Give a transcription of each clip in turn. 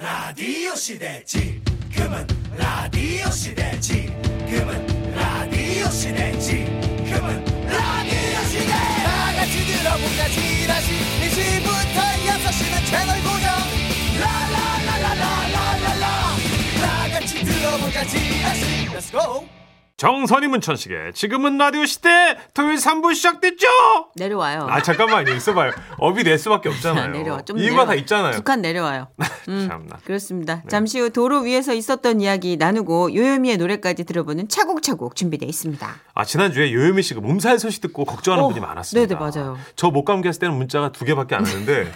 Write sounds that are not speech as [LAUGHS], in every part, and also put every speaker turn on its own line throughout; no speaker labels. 라디오 시대 지금은 라디오 시대 지금은 라디오 시대 지금은 라디오 시대 다 같이 들어보자 지라시 1시부터 6시는 채널 고정 라라라라라라라라 다 같이 들어보자 지라시 Let's go
정선이 문천식의 지금은 라디오 시대 토요일 3부 시작됐죠?
내려와요. [LAUGHS]
아 잠깐만요 있어봐요 업이 낼 수밖에 없잖아요
내려와. 좀
이유가
내려와.
다 있잖아요 네. [LAUGHS]
북한 음. 내려와요.
참나
그렇습니다. 잠시 후 도로 위에서 있었던 이야기 나누고 요요미의 노래까지 들어보는 차곡차곡 준비되어 있습니다.
아 지난주에 요요미 씨가 몸살 소식 듣고 걱정하는
어,
분이 많았습니다
네네, 맞아요.
저 목 감기 했을 때는 문자가 두 개밖에 안
[LAUGHS]
왔는데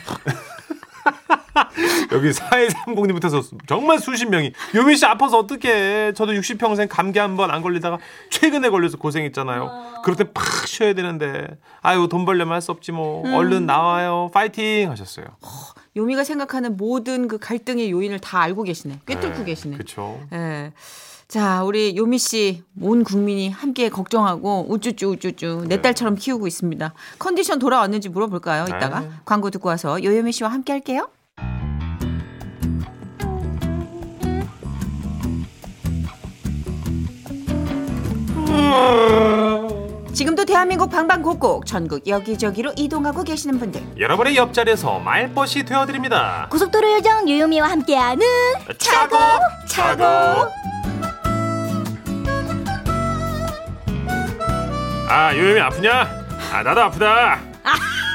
여기 4130님부터 해서 정말 수십 명이 요미 씨 아파서 어떡해 저도 60평생 감기 한 번 안 걸리다가 최근에 걸려서 고생했잖아요 그럴 땐 팍 쉬어야 되는데 아유 돈 벌려면 할 수 없지 뭐
음.
얼른 나와요 파이팅 하셨어요
요미가 생각하는 모든 그 갈등의 요인을 다 알고 계시네. 꿰뚫고 계시네.
그렇죠.
예. 자, 우리 요미 씨, 온 국민이 함께 걱정하고 우쭈쭈 우쭈쭈 내 딸처럼 키우고 있습니다. 컨디션 돌아왔는지 물어볼까요? 이따가
네.
광고 듣고 와서 요요미 씨와 함께 할게요. 지금도 대한민국 방방곡곡 전국 여기저기로 이동하고 계시는 분들
여러분의 옆자리에서 말벗이 되어드립니다.
고속도로 요정 유유미와 함께하는
차고 차고. 아 요염이 아프냐? 아 나도 아프다.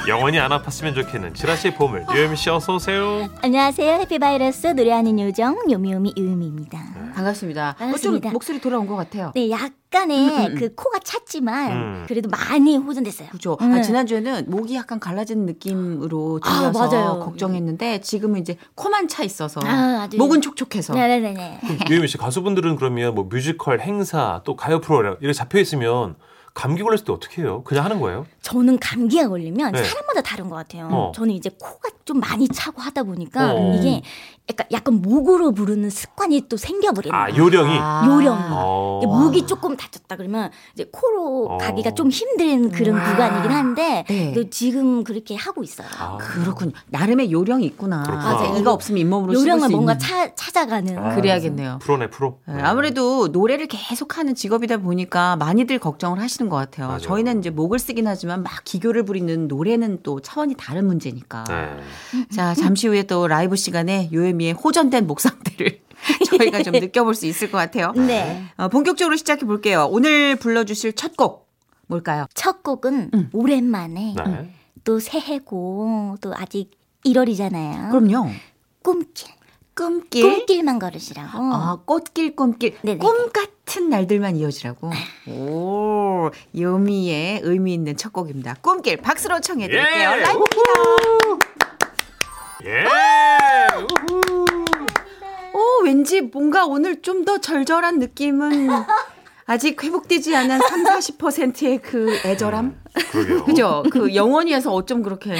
영원히 안 아팠으면 좋겠는 지라시 보물 요염 씨 어서 오세요.
안녕하세요 해피바이러스 노래하는 요정 요미요미 요미입니다.
반갑습니다. 어, 좀
반갑습니다.
목소리 돌아온 것 같아요.
네 약간의 그 코가 찼지만
음.
그래도 많이 호전됐어요.
그죠.
네.
아, 지난주에는 목이 약간 갈라진 느낌으로
아,
들려서
맞아요.
걱정했는데 지금은 이제 코만 차 있어서
아, 아주-
목은 촉촉해서
네네네.
요염 씨 가수분들은 그러면 뭐 뮤지컬 행사 또 가요 프로그램 이렇게 잡혀 있으면 감기 걸렸을 때 어떻게 해요? 그냥 하는 거예요?
저는 감기가 걸리면
네.
사람마다 다른 것 같아요.
어.
저는 이제 코가 좀 많이 차고 하다 보니까
어.
이게 약간, 약간 목으로 부르는 습관이 또 생겨버리는
아
거예요.
요령이.
아.
요령.
어.
이게 목이 조금 다쳤다 그러면 이제 코로
어. 음.
가기가 좀 힘든 그런
아.
구간이긴 한데
네.
그래도 지금 그렇게 하고 있어요.
아.
그렇군요. 나름의 요령이 있구나.
그렇구나.
맞아요. 이거 없으면 잇몸으로 씹을 수
요령을 뭔가
있는.
차, 찾아가는
그래야겠네요.
프로네 프로.
네, 아무래도 노래를 계속하는 직업이다 보니까 많이들 걱정을 하시는 것 같아요.
맞아요.
저희는 이제 목을 쓰긴 하지만 막 기교를 부리는 노래는 또 차원이 다른 문제니까.
네.
자 잠시 후에 또 라이브 시간에 요예미의 호전된 목 상태를 [LAUGHS] 저희가
[LAUGHS]
좀 느껴볼 수 있을 것 같아요.
네.
어, 본격적으로 시작해 볼게요. 오늘 불러주실 첫 곡 뭘까요?
첫 곡은
음.
오랜만에
네.
또 새해고 또 아직 1월이잖아요.
그럼요.
꿈길.
꿈길.
꿈길만 걸으시라고.
아, 꽃길 꿈길.
네네.
꿈 같은 날들만 이어지라고. 오, 요미의 의미 있는 첫 곡입니다. 꿈길 박수로 청해 드릴게요.
예.
라이브입니다.
예. 우후.
오, 왠지 뭔가 오늘 좀 더 절절한 느낌은 아직 회복되지 않은 3, 40%의 그
음.
애절함?
그러게요.
그죠? 그 영원히에서 어쩜 그렇게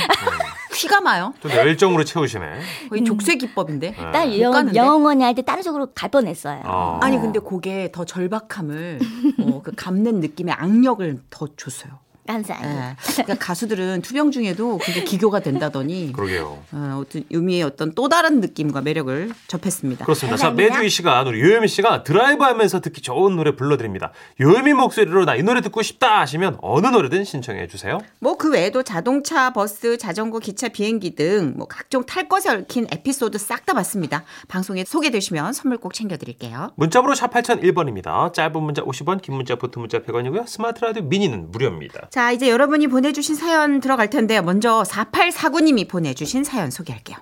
휘가 마요?
좀 열정으로 채우시네.
거의 족쇄 기법인데.
네.
딸 영,
가는데?
영원히 할 때 다른 쪽으로 갈 뻔했어요.
아.
아니 근데 그게 더 절박함을 어, 그 감는 느낌의 악력을 더 줬어요.
감사합니다.
예. 그러니까 가수들은 투병 중에도 그게 기교가 된다더니
그러게요.
어, 어떤 유미의 어떤 또 다른 느낌과 매력을 접했습니다.
그렇습니다. 자,
감사합니다.
매주 이 시간 우리 요요미 씨가 드라이브 하면서 듣기 좋은 노래 불러드립니다. 요요미 목소리로 나 이 노래 듣고 싶다 하시면 어느 노래든 신청해 주세요.
뭐 그 외에도 자동차, 버스, 자전거, 기차, 비행기 등 뭐 각종 탈 것에 얽힌 에피소드 싹 다 봤습니다. 방송에 소개되시면 선물 꼭 챙겨드릴게요.
문자번호 샵 8001번입니다. 짧은 문자 50원, 긴 문자, 보통 문자 100원이고요. 스마트 라디오 미니는 무료입니다.
자 이제 여러분이 보내주신 사연 들어갈 텐데요. 먼저 4849님이 보내주신 사연 소개할게요.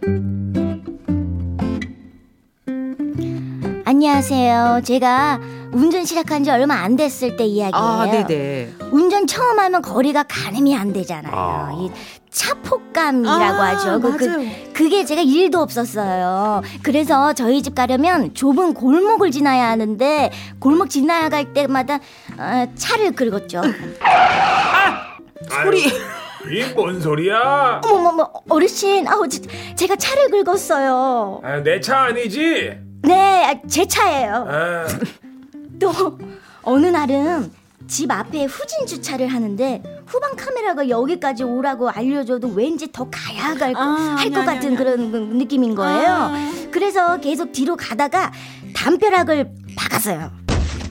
네.
안녕하세요. 제가 운전 시작한 지 얼마 안 됐을 때 이야기예요.
아 네네.
운전 처음 하면 거리가 가늠이 안 되잖아요.
아.
이 차폭감이라고
아,
하죠. 그-
맞아요.
그, 그게 제가 일도 없었어요. 그래서 저희 집 가려면 좁은 골목을 지나야 하는데 골목 지나갈 때마다 어, 차를 긁었죠.
소리.
이뭔 소리야?
어머머머 어르신, 아우 제- 제가 차를 긁었어요.
아, 내 차 아니지?
네, 아, 제 차예요.
아,
네.
또 어느 날은 집 앞에 후진 주차를 하는데 후방 카메라가 여기까지 오라고 알려줘도 왠지 더 가야 할
아, 아니,
것
아니,
같은
아니.
그런 그 느낌인 거예요. 그래서 계속 뒤로 가다가 담벼락을 박았어요.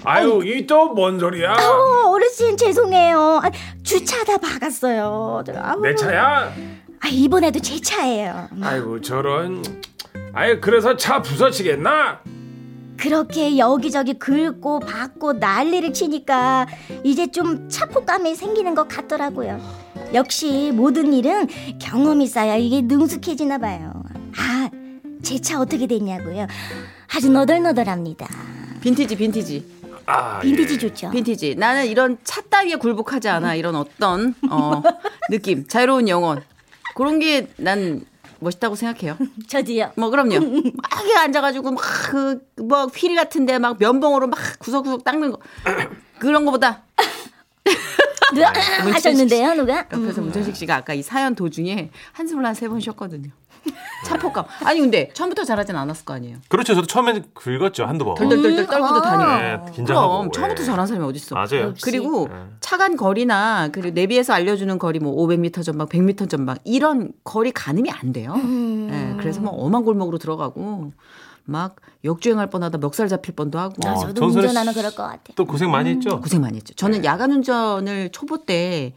아유 이 또 뭔 소리야?
어, 어르신 죄송해요. 아, 주차하다 박았어요. 저, 아우.
내 차야?
아, 이번에도 제 차예요.
아이고 저런. 아이 그래서 차 부서지겠나?
그렇게 여기저기 긁고 박고 난리를 치니까 이제 좀 차포감이 생기는 것 같더라고요. 역시 모든 일은 경험이 쌓여 이게 능숙해지나 봐요. 아, 제 차 어떻게 됐냐고요? 아주 너덜너덜합니다.
빈티지 빈티지
아
빈티지 좋죠?
빈티지 나는 이런 차 따위에 굴복하지 않아 이런 어떤 어, 느낌 자유로운 영혼 그런 게 난 멋있다고 생각해요.
저도요.
뭐 그럼요. 막 이렇게 앉아가지고 막 그 뭐 휠 같은데 막 면봉으로 막 구석구석 닦는 거 그런 거보다
누가 하셨는데요, 누가?
옆에서 문천식 씨가 아까 이 사연 도중에 한숨을 한 세 번 쉬었거든요. 차폭감. 아니 근데 처음부터 잘하진 않았을 거 아니에요.
그렇죠. 저도 처음엔 긁었죠 한두 번.
덜덜덜덜 떨고도
네,
다니고.
긴장하고.
그럼 처음부터
예.
잘한 사람이 어딨어.
맞아요.
역시.
그리고
예.
차간 거리나 그리고 내비에서 알려주는 거리 뭐 500m 전방, 100m 전방 이런 거리 가늠이 안 돼요.
음.
예, 그래서 뭐 엄한 골목으로 들어가고 막 역주행할 뻔하다 멱살 잡힐 뻔도 하고
아,
어,
저도
정선우
운전하는
씨-
그럴 것 같아.
또 고생 많이 했죠.
고생 많이 했죠. 저는
예.
야간 운전을 초보 때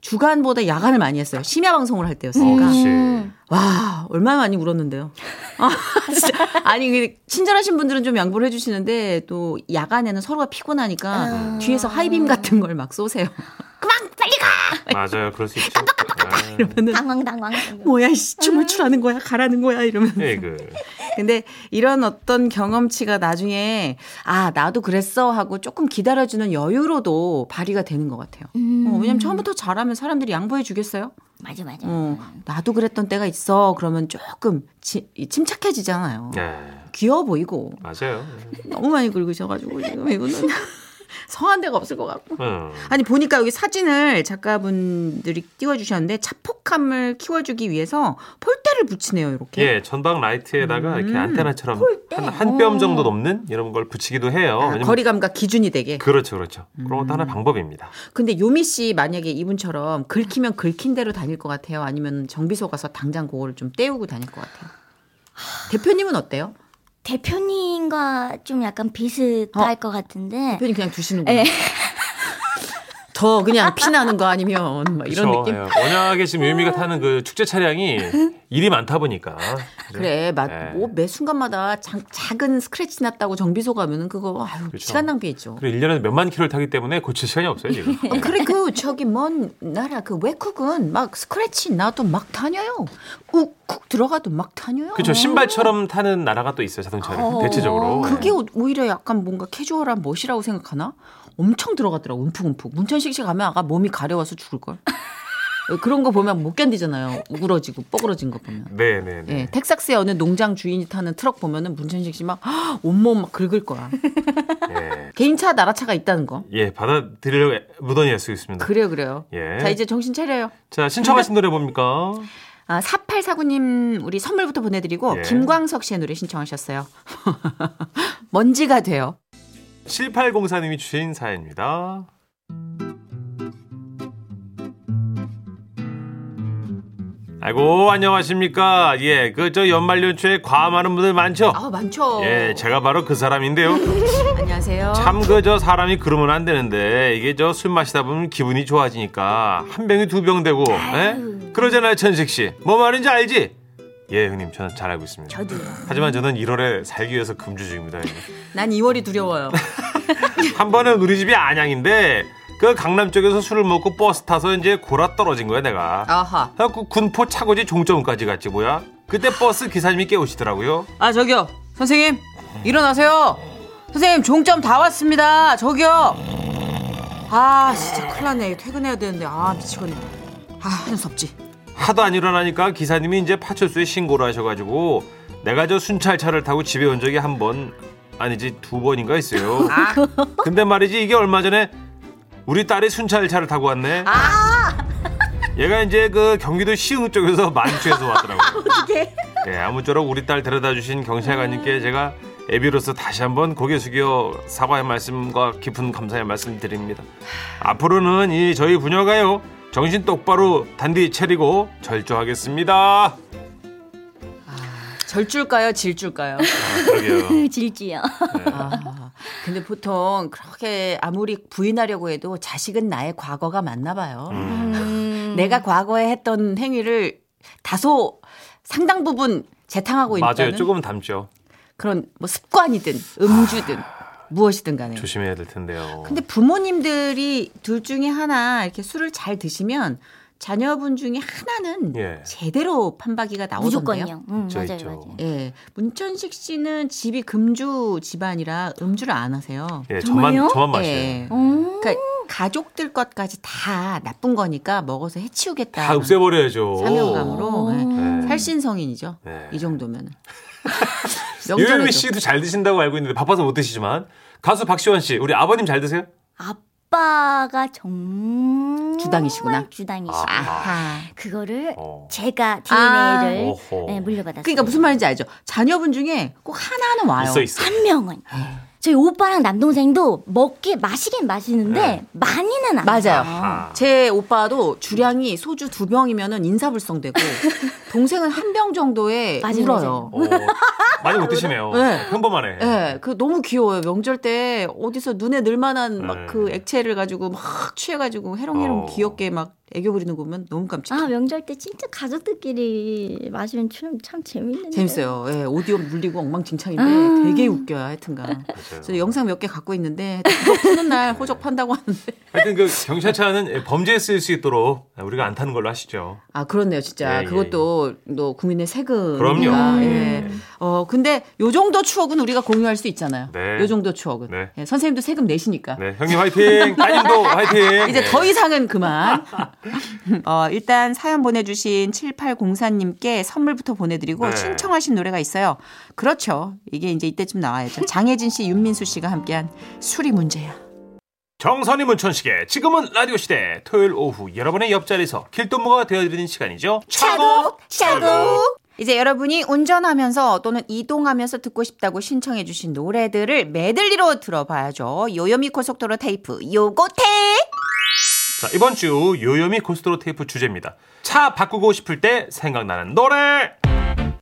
주간보다 야간을 많이 했어요. 심야 방송을 할 때였으니까.
어.
음,
그렇지.
와, 얼마나 많이 울었는데요. 아, [LAUGHS] 진짜. 아니, 그 친절하신 분들은 좀 양보를 해주시는데, 또, 야간에는 서로가 피곤하니까, 뒤에서 하이빔 같은 걸 막 쏘세요. [LAUGHS] 그만! 빨리 가!
맞아요. 그럴 수 있죠. 아,
이러면은,
당황당황.
뭐야, 이씨, 춤을 추라는 거야? 가라는 거야? 이러면.
예, 그.
근데 이런 어떤 경험치가 나중에, 아, 나도 그랬어 하고 조금 기다려주는 여유로도 발휘가 되는 것 같아요. 어, 왜냐면 처음부터 잘하면 사람들이 양보해 주겠어요?
맞아, 맞아.
어, 나도 그랬던 때가 있어. 그러면 조금 치- 이 침착해지잖아요.
예,
귀여워 보이고.
맞아요.
너무 많이 긁으셔가지고 지금 이거는 [LAUGHS] 성한 데가 없을 것 같고.
음.
아니 보니까 여기 사진을 작가분들이 띄워주셨는데 차폭감을 키워주기 위해서 폴대를 붙이네요 이렇게.
예, 전방 라이트에다가
음,
이렇게 안테나처럼 한 뼘 정도 넘는 이런 걸 붙이기도 해요.
아,
왜냐면-
거리감과 음. 기준이 되게.
그렇죠, 그렇죠. 그런 것도 하나 방법입니다.
근데 요미 씨 만약에 이분처럼 긁히면 긁힌 대로 다닐 것 같아요. 아니면 정비소 가서 당장 그거를 좀 떼우고 다닐 것 같아요. 대표님은 어때요?
대표님과 좀 약간 비슷할 것 같은데.
대표님 그냥 두시는구나. 더 그냥 피나는 거 아니면 막 이런
그렇죠.
느낌.
예, 워낙에 지금 유미가 타는 그 축제
[LAUGHS]
차량이 일이 많다 보니까. 그죠?
그래, 막,
예.
뭐, 매 순간마다 장- 작은 스크래치 났다고 정비소 가면은 그거, 아유,
그렇죠.
시간 낭비했죠.
그래, 1년에 몇만 킬로를 타기 때문에 고칠 시간이 없어요,
[LAUGHS]
지금.
어, 그래, 그, 저기, 먼 나라, 그, 외국은 막 스크래치 나도 막 다녀요. 욱쿡 들어가도 막 다녀요.
그렇죠. 신발처럼 타는 나라가 또 있어요, 자동차를. 대체적으로. 예.
그게 오- 오히려 약간 뭔가 캐주얼한 멋이라고 생각하나? 엄청 들어가더라고, 움푹움푹. 문천식 씨 가면 아까 몸이
[LAUGHS]
가려워서 죽을걸. 그런 거 보면 못 견디잖아요. 우그러지고, 뻐그러진 거 보면.
네, 네, 네.
예, 텍사스의 어느 농장 주인이 타는 트럭 보면은 문천식 씨 막 [GASPS] 온몸 막 긁을 거야.
예.
개인차 나라차가 있다는 거.
예, 받아들이려고 무던히 애쓰고 있습니다.
그래요, 그러니까 그래요.
네. 예.
자, 이제 정신 차려요.
자, 신청하신 노래 뭡니까?
아, 4849님, 우리 선물부터 보내드리고,
예.
김광석 씨의 노래 신청하셨어요. [LAUGHS] 먼지가 돼요.
7804님이 주신 사연입니다. 아이고, 안녕하십니까. 예, 그, 저 연말 연초에 과음하는 분들 많죠?
아, 많죠.
예, 제가 바로 그 사람인데요.
안녕하세요.
참 그 저 사람이 그러면 안 되는데 이게 저 술 마시다 보면 기분이 좋아지니까 한 병이 두 병 되고 예? 그러잖아요 천식 씨뭐 말인지 알지? 예 형님 저는 잘 알고 있습니다
저도요.
하지만 저는 1월에 살기 위해서 금주 중입니다 형님.
난 2월이 두려워요.
한 번은 우리 집이 안양인데 그 강남 쪽에서 술을 먹고 버스 타서 이제 골아 떨어진 거야 내가
아하.
그래갖고 군포 차고지 종점까지 갔지 뭐야 그때 버스 기사님이 깨우시더라고요
아, 저기요. 선생님, 일어나세요. 선생님, 종점 다 왔습니다. 저기요. 아, 진짜 큰일 났네. 퇴근해야 되는데. 아, 미치겠네. 아, 한수 없지.
하도 안 일어나니까 기사님이 이제 파출소에 신고를 하셔가지고 내가 저 순찰차를 타고 집에 온 적이 한 번 아니지 두 번인가 있어요. [LAUGHS] 근데 말이지 이게 얼마 전에 우리 딸이 순찰차를 타고 왔네. 얘가 이제 그 경기도 시흥 쪽에서 만주에서 왔더라고요. 예, 아무쪼록 우리 딸 데려다 주신 경찰관님께 제가 애비로서 다시 한번 고개 숙여 사과의 말씀과 깊은 감사의 말씀 드립니다. 앞으로는 이 저희 부녀가요 정신 똑바로 단디 차리고 절주하겠습니다.
절줄까요, 질줄까요?
그러게요.
질지요.
아, 근데 보통 그렇게 아무리 부인하려고 해도 자식은 나의 과거가 맞나 봐요.
음.
음.
내가 과거에 했던 행위를 다소 상당 부분 재탕하고
맞아요.
있다는
조금은 담죠.
그런 뭐 습관이든 음주든 무엇이든 간에.
아. 조심해야 될 텐데요.
근데 부모님들이 둘 중에 하나 이렇게 술을 잘 드시면 자녀분 중에 하나는
예.
제대로 판박이가 나오던데요.
무조건요. 음,
있죠,
맞아요,
있죠.
맞아요.
예. 문천식 씨는 집이 금주 집안이라 음주를 안 하세요.
예, 저만
정말요?
저만 마셔요.
예.
음,
그러니까 가족들 것까지 다 나쁜 거니까 먹어서 해치우겠다.
다 없애버려야죠.
사명감으로 예.
네.
살신성인이죠.
네. [LAUGHS]
이 정도면.
유현미 씨도 잘 드신다고 알고 있는데 바빠서 못 드시지만 가수 박시원 씨 우리 아버님 잘 드세요?
아빠가 정말
주당이시구나.
주당이시고
아하.
그거를
어.
제가
아.
DNA를 네,
오호.
물려받았어요.
그러니까 무슨 말인지 알죠? 자녀분 중에 꼭 하나는 와요.
있어
예.
있어.
한 명은 저희 오빠랑 남동생도 먹기 마시긴 마시는데 많이는 안
맞아요.
네. 아하.
제 오빠도 주량이 소주 두 병이면은
[LAUGHS]
인사불성되고 동생은 한 병 정도에 울어요.
맞아요,
어, 많이 못 드시네요.
네.
평범하네.
예, 그 너무 귀여워요. 명절 때 어디서 눈에 늘 만한 막 그
네.
액체를 가지고 막 취해가지고 해롱해롱
어.
귀엽게 막 애교 부리는 거 보면 너무 깜짝.
아 명절 때 진짜 가족들끼리 마시면 참, 참 재밌는데
재밌어요. 아. 예, 오디오 물리고 엉망진창인데 되게 웃겨요. 하여튼간. 그래서 영상 몇 개 갖고 있는데 그거 푸는 날
네.
호적 판다고 하는데.
하여튼 그 경찰차는 범죄에 쓸 수 있도록 우리가 안 타는 걸로 하시죠.
아 그렇네요, 진짜.
예, 예,
그것도 또 국민의 세금.
그럼요.
예.
예.
어 근데 요 정도 추억은 우리가 공유할 수 있잖아요.
네.
요 정도 추억은.
네.
예, 선생님도 세금 내시니까.
네, 형님 화이팅. 따님도 화이팅.
이제
네.
더 이상은 그만. 어, 일단 사연 보내주신 7804님께 선물부터 보내드리고
네.
신청하신 노래가 있어요. 그렇죠. 이게 이제 이때쯤 나와야죠. 장혜진 씨, 윤민수 씨가 함께한 술이 문제야.
정선이 문천식의 지금은 라디오 시대 토요일 오후 여러분의 옆자리에서 길동무가 되어드리는 시간이죠. 차고 차고.
이제 여러분이 운전하면서 또는 이동하면서 듣고 싶다고 신청해 주신 노래들을 메들리로 들어봐야죠. 요요미 고속도로 테이프 요고테
자 이번 주 요요미 고스트로 테이프 주제입니다. 차 바꾸고 싶을 때 생각나는 노래.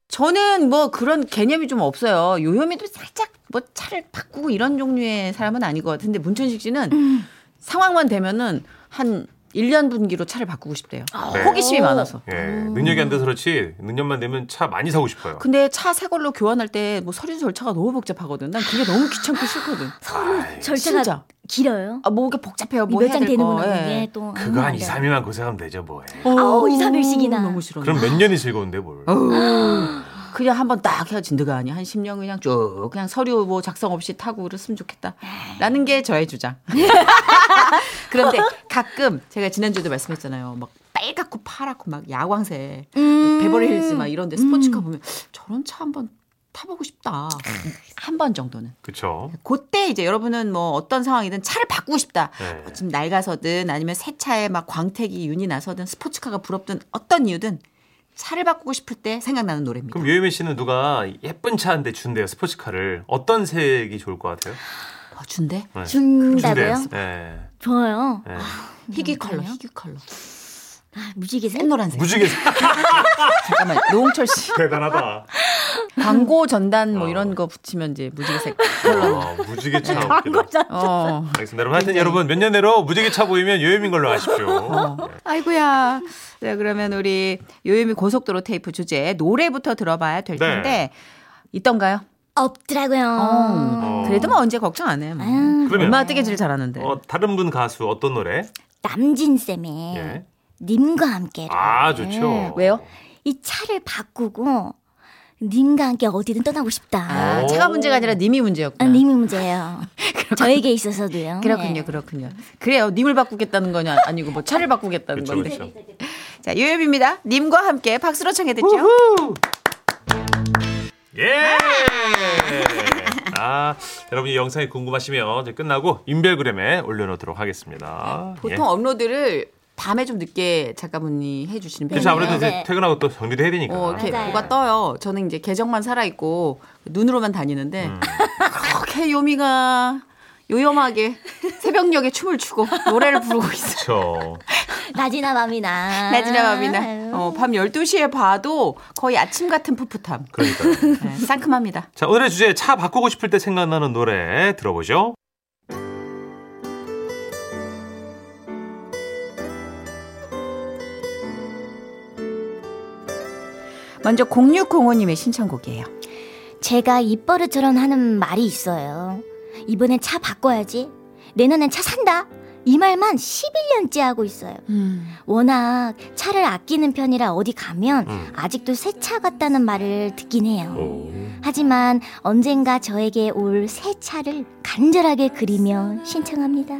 저는 뭐 그런 개념이 좀 없어요. 요요미도 살짝 뭐 차를 바꾸고 이런 종류의 사람은 아닌 것 같은데 문천식 씨는
음.
상황만 되면은 한 1년 분기로 차를 바꾸고 싶대요.
아.
네.
호기심이 많아서.
예, 능력이 안 돼서 그렇지 능력만 되면 차 많이 사고 싶어요.
근데 차 새 걸로 교환할 때 뭐 서류 절차가 너무 복잡하거든. 난 그게 너무 귀찮고
[LAUGHS]
싫거든.
아이,
절차가
진짜.
길어요
아, 뭐 이게 복잡해요. 뭐
몇
해야
장
될
되는구나
거. 예. 어,
이게 또
그거 한
음,
2, 3일만 고생하면 되죠 뭐.
아우, 이, 삼일씩이나.
너무 싫어.
그럼 몇 년이 즐거운데 뭘.
어? 그냥 한번 딱 헤어진 데가 아니야. 한 10년 그냥 쭉 그냥 서류 뭐 작성 없이 타고 그랬으면 좋겠다. 라는 게 저의 주장. [LAUGHS] 그런데 가끔 제가 지난주에도 말씀했잖아요. 막 빨갛고 파랗고 막 야광색
음.
베버리 힐즈 막 이런 데 스포츠카 보면 저런 차 한번 타보고 싶다. 한 번 정도는.
그쵸.
그때 이제 여러분은 뭐 어떤 상황이든 차를 바꾸고 싶다.
네.
뭐 지금 낡아서든 아니면 새 차에 막 광택이 윤이 나서든 스포츠카가 부럽든 어떤 이유든 차를 바꾸고 싶을 때 생각나는 노래입니다.
그럼 요예미 씨는 누가 예쁜 차 한 대 준대요 스포츠카를 어떤 색이 좋을 것 같아요?
어, 준대?
네.
준다고요?
네.
좋아요
네.
희귀 컬러,
그래요?
희귀 컬러.
아, 무지개색
센 노란색.
무지개
잠깐만, [LAUGHS] 노홍철 씨.
대단하다.
광고 전단 뭐 이런
어.
거 붙이면 이제
[LAUGHS]
무지개색.
아, 무지개
네,
차. 웃기다.
어.
알겠습니다. 여러분 하여튼 여러분 몇 년 내로 무지개 차 보이면 요예민 걸로 아십시오.
아이고야. 자, 그러면 우리 요요미 고속도로 테이프 주제 노래부터 들어봐야 될
네.
텐데 있던가요?
없더라고요
어.
그래도 뭐 언제 걱정 안 해. 뭐.
아유,
그러면
얼마나 뜨개질 잘하는데.
어, 다른 분 가수 어떤 노래?
남진쌤의
예.
님과 함께
아 좋죠.
네. 왜요?
이 차를 바꾸고 님과 함께 어디든 떠나고 싶다.
아, 차가 문제가 아니라 님이 문제였구나.
아,
[LAUGHS]
님이 문제예요. 저에게 있어서도요.
그렇군요,
네.
그렇군요. 그래요, 님을 바꾸겠다는 거냐 아니고 뭐 차를 바꾸겠다는
그렇죠
건데.
그렇죠.
[LAUGHS] 자, 요요미입니다. 님과 함께 박수로 청해 듣죠.
예. 아 여러분 이 영상이 궁금하시면 이제 끝나고 인별그램에 올려놓도록 하겠습니다.
네,
예.
보통 업로드를 밤에 좀 늦게 작가분이 해주시는
그렇죠
편이에요.
아무래도 이제
네.
퇴근하고 또 정리도 해야 되니까.
어, 이렇게
맞아요.
뭐가 떠요. 저는 이제 계정만 살아있고 눈으로만 다니는데 그렇게 [LAUGHS] 요미가 요염하게 새벽녘에 춤을 추고 노래를 부르고 있어요.
그렇죠.
네. 나지나 맘이나.
나지나
아유.
맘이나. 어, 밤 12시에 봐도 거의 아침 같은 풋풋함.
그러니까요.
네, 상큼합니다.
자, 오늘의 주제 차 바꾸고 싶을 때 생각나는 노래 들어보죠.
먼저 0605님의 신청곡이에요.
제가 입버릇처럼 하는 말이 있어요. 이번엔 차 바꿔야지. 내년엔 차 산다. 이 말만 11년째 하고 있어요.
음.
워낙 차를 아끼는 편이라 어디 가면
음.
아직도 새 차 같다는 말을 듣긴 해요. 하지만 언젠가 저에게 올 새 차를 간절하게 그리며 신청합니다.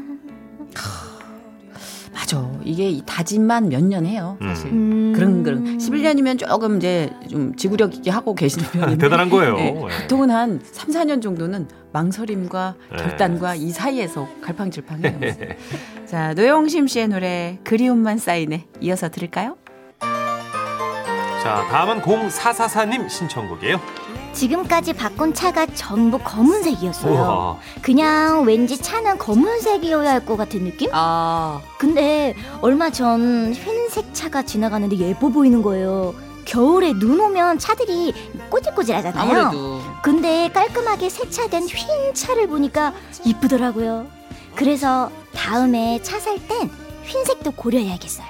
맞아. 이게 이 다짐만 몇 년 해요, 사실.
음.
그런 그런 11년이면 조금 이제 좀 지구력 있게 하고 계시는 편인데
아, 대단한 거예요.
네.
예.
보통은 한 3, 4년 정도는 망설임과
네.
결단과 이 사이에서 갈팡질팡해요.
예.
자, 노영심 씨의 노래 그리움만 쌓이네 이어서 들을까요?
자, 다음은 0444님 신청곡이에요.
그 지금까지 바꾼 차가 전부 검은색이었어요.
우와.
그냥 왠지 차는 검은색이어야 할 것 같은 느낌?
아,
근데 얼마 전 흰색 차가 지나가는데 예뻐 보이는 거예요. 겨울에 눈 오면 차들이 꼬질꼬질하잖아요.
아무래도
근데 깔끔하게 세차된 흰 차를 보니까 이쁘더라고요. 그래서 다음에 차 살 땐 흰색도 고려해야겠어요.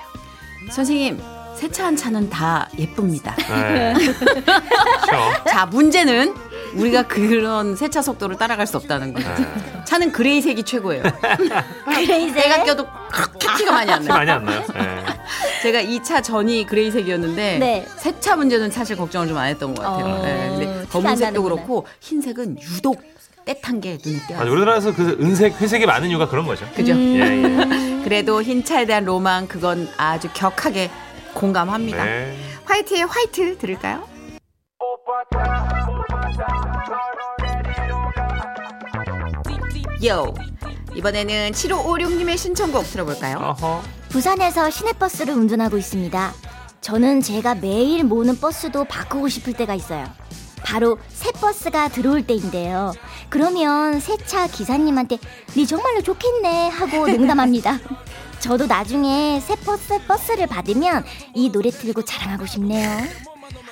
선생님 세차한 차는 다 예쁩니다.
네. 그렇죠.
자, 문제는 우리가 그런 세차 속도를 따라갈 수 없다는 거예요.
네.
차는 그레이색이 최고예요.
그레이색.
아, 내가 껴도 그렇게 티가 많이 안 나요.
많이 안 나요? 네.
제가 2차 전이 그레이색이었는데
네.
세차 문제는 사실 걱정을 좀 안 했던 것 같아요.
어,
네,
티가
근데
안
검은색도
나는구나.
그렇고 흰색은 유독 떼탄 게 눈에
맞아,
띄어요.
우리나라에서 그 은색, 회색이 많은 이유가 그런 거죠.
그죠?
음.
예, 예.
그래도 흰 차에 대한 로망 그건 아주 격하게 공감합니다.
네.
화이트의 화이트 들을까요? 요 이번에는 7556님의 신청곡 들어볼까요?
어허.
부산에서 시내버스를 운전하고 있습니다. 저는 제가 매일 모는 버스도 바꾸고 싶을 때가 있어요. 바로 새 버스가 들어올 때인데요. 그러면 세차 기사님한테 네 정말로 좋겠네
[LAUGHS]
하고 농담합니다. 저도 나중에 새 버스 버스를 받으면 이 노래 틀고 자랑하고 싶네요.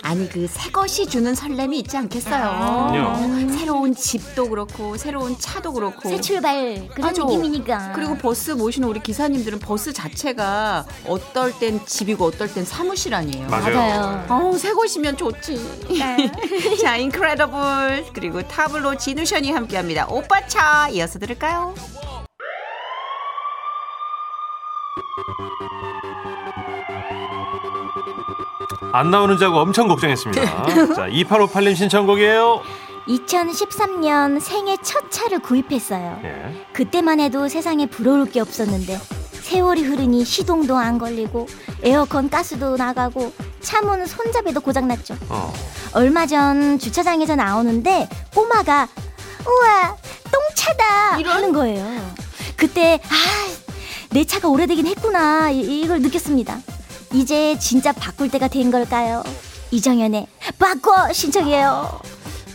아니 그 새것이 주는 설렘이 있지 않겠어요.
그럼요.
새로운 집도 그렇고 새로운 차도 그렇고
새 출발 그런
맞아.
느낌이니까.
그리고 버스 모시는 우리 기사님들은 버스 자체가 어떨 땐 집이고 어떨 땐 사무실 아니에요.
맞아요.
맞아요.
어우 새 곳이면 좋지. [LAUGHS] 자 인크레더블 그리고 타블로 진우션이 함께합니다. 오빠 차 이어서 들을까요?
안 나오는 자고 엄청 걱정했습니다. 자, 2858님 신청곡이에요.
2013년 생애 첫 차를 구입했어요.
예.
그때만 해도 세상에 부러울 게 없었는데 세월이 흐르니 시동도 안 걸리고 에어컨 가스도 나가고 차문 손잡이도 고장났죠.
어.
얼마 전 주차장에서 나오는데 꼬마가 우와 똥차다 하는 거예요. 그때 아내 차가 오래되긴 했구나 이- 이걸 느꼈습니다. 이제 진짜 바꿀 때가 된 걸까요? 이정현의 바꿔 신청해요.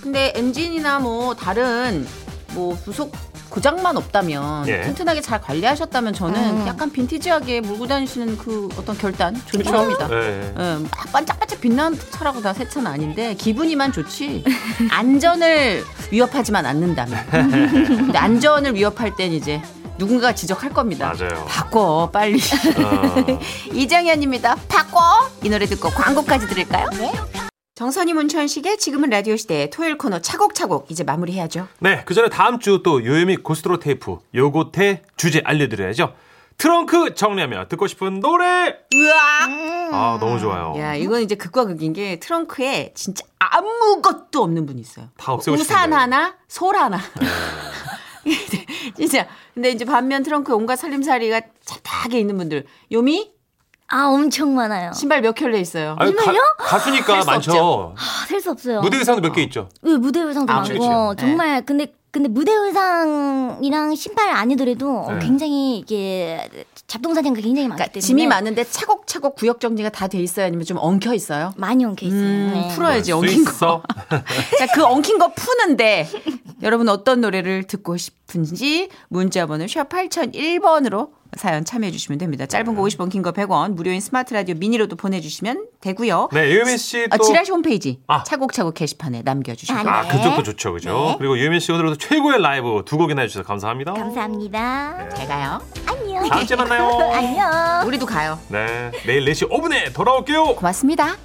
근데 엔진이나 뭐 다른 뭐 부속 고장만 없다면
예.
튼튼하게 잘 관리하셨다면 저는
음.
약간 빈티지하게 몰고 다니시는 그 어떤 결단 존중합니다.
예.
예, 막 반짝반짝 빛나는 차라고 다 새 차는 아닌데 기분이만 좋지 [LAUGHS] 안전을 위협하지만 않는다면 근데 안전을 위협할 땐 이제 누군가 지적할 겁니다
맞아요.
바꿔 빨리
어.
이정현입니다. 바꿔 이 노래 듣고 광고까지 들을까요?
네.
정선이 문천식의 지금은 라디오 시대 토요일 코너 차곡차곡 이제 마무리해야죠.
네, 그 전에 다음 주 또 요요미 고스트로 테이프 요곳의 주제 알려드려야죠. 트렁크 정리하며 듣고 싶은 노래. 아 너무 좋아요.
음. 야 이건 이제 극과 극인 게 트렁크에 진짜 아무것도 없는 분이 있어요.
다 없애고 싶은데. 네.
우산 하나, 솔 하나. [LAUGHS] 진짜. 근데 이제 반면 트렁크에 온갖 살림살이가 차다하게 있는 분들. 요미
아 엄청 많아요.
신발 몇 켤레 있어요.
아유, 가, 가수니까
할수
많죠.
아, 수 없어요.
무대 의상도 몇 개 있죠.
예, 무대 의상도
아,
많고
그렇죠.
네.
정말 근데 근데 무대 의상이랑 신발 아니더라도 어,
네.
굉장히 이게 잡동사니가 굉장히 많기
그러니까
때문에
짐이 많은데 차곡차곡 구역 정리가 다 돼 있어요. 아니면 좀 엉켜 있어요.
많이 엉켜 있어요.
음,
네.
풀어야지
수
엉킨 거.
있어.
자, 그 엉킨 거 푸는데 여러분 어떤 노래를 듣고 싶은지 문자 번호 샵 8001번으로 사연 참여해 주시면 됩니다.
네.
짧은 거 50원, 긴 거 100원, 무료인 스마트 라디오 미니로도 보내주시면 되고요.
네, 유혜민 씨
아,
또.
지라시 홈페이지
아.
차곡차곡 게시판에 남겨주시면
아,
아,
네.
그쪽도 좋죠, 그죠? 그리고 유혜민 씨 오늘도 최고의 라이브 두 곡이나 해주셔서 감사합니다.
감사합니다.
잘 가요.
안녕.
네. 다음 주에 만나요.
[LAUGHS] 안녕.
우리도 가요.
네, 내일 4시 5분에 돌아올게요.
고맙습니다.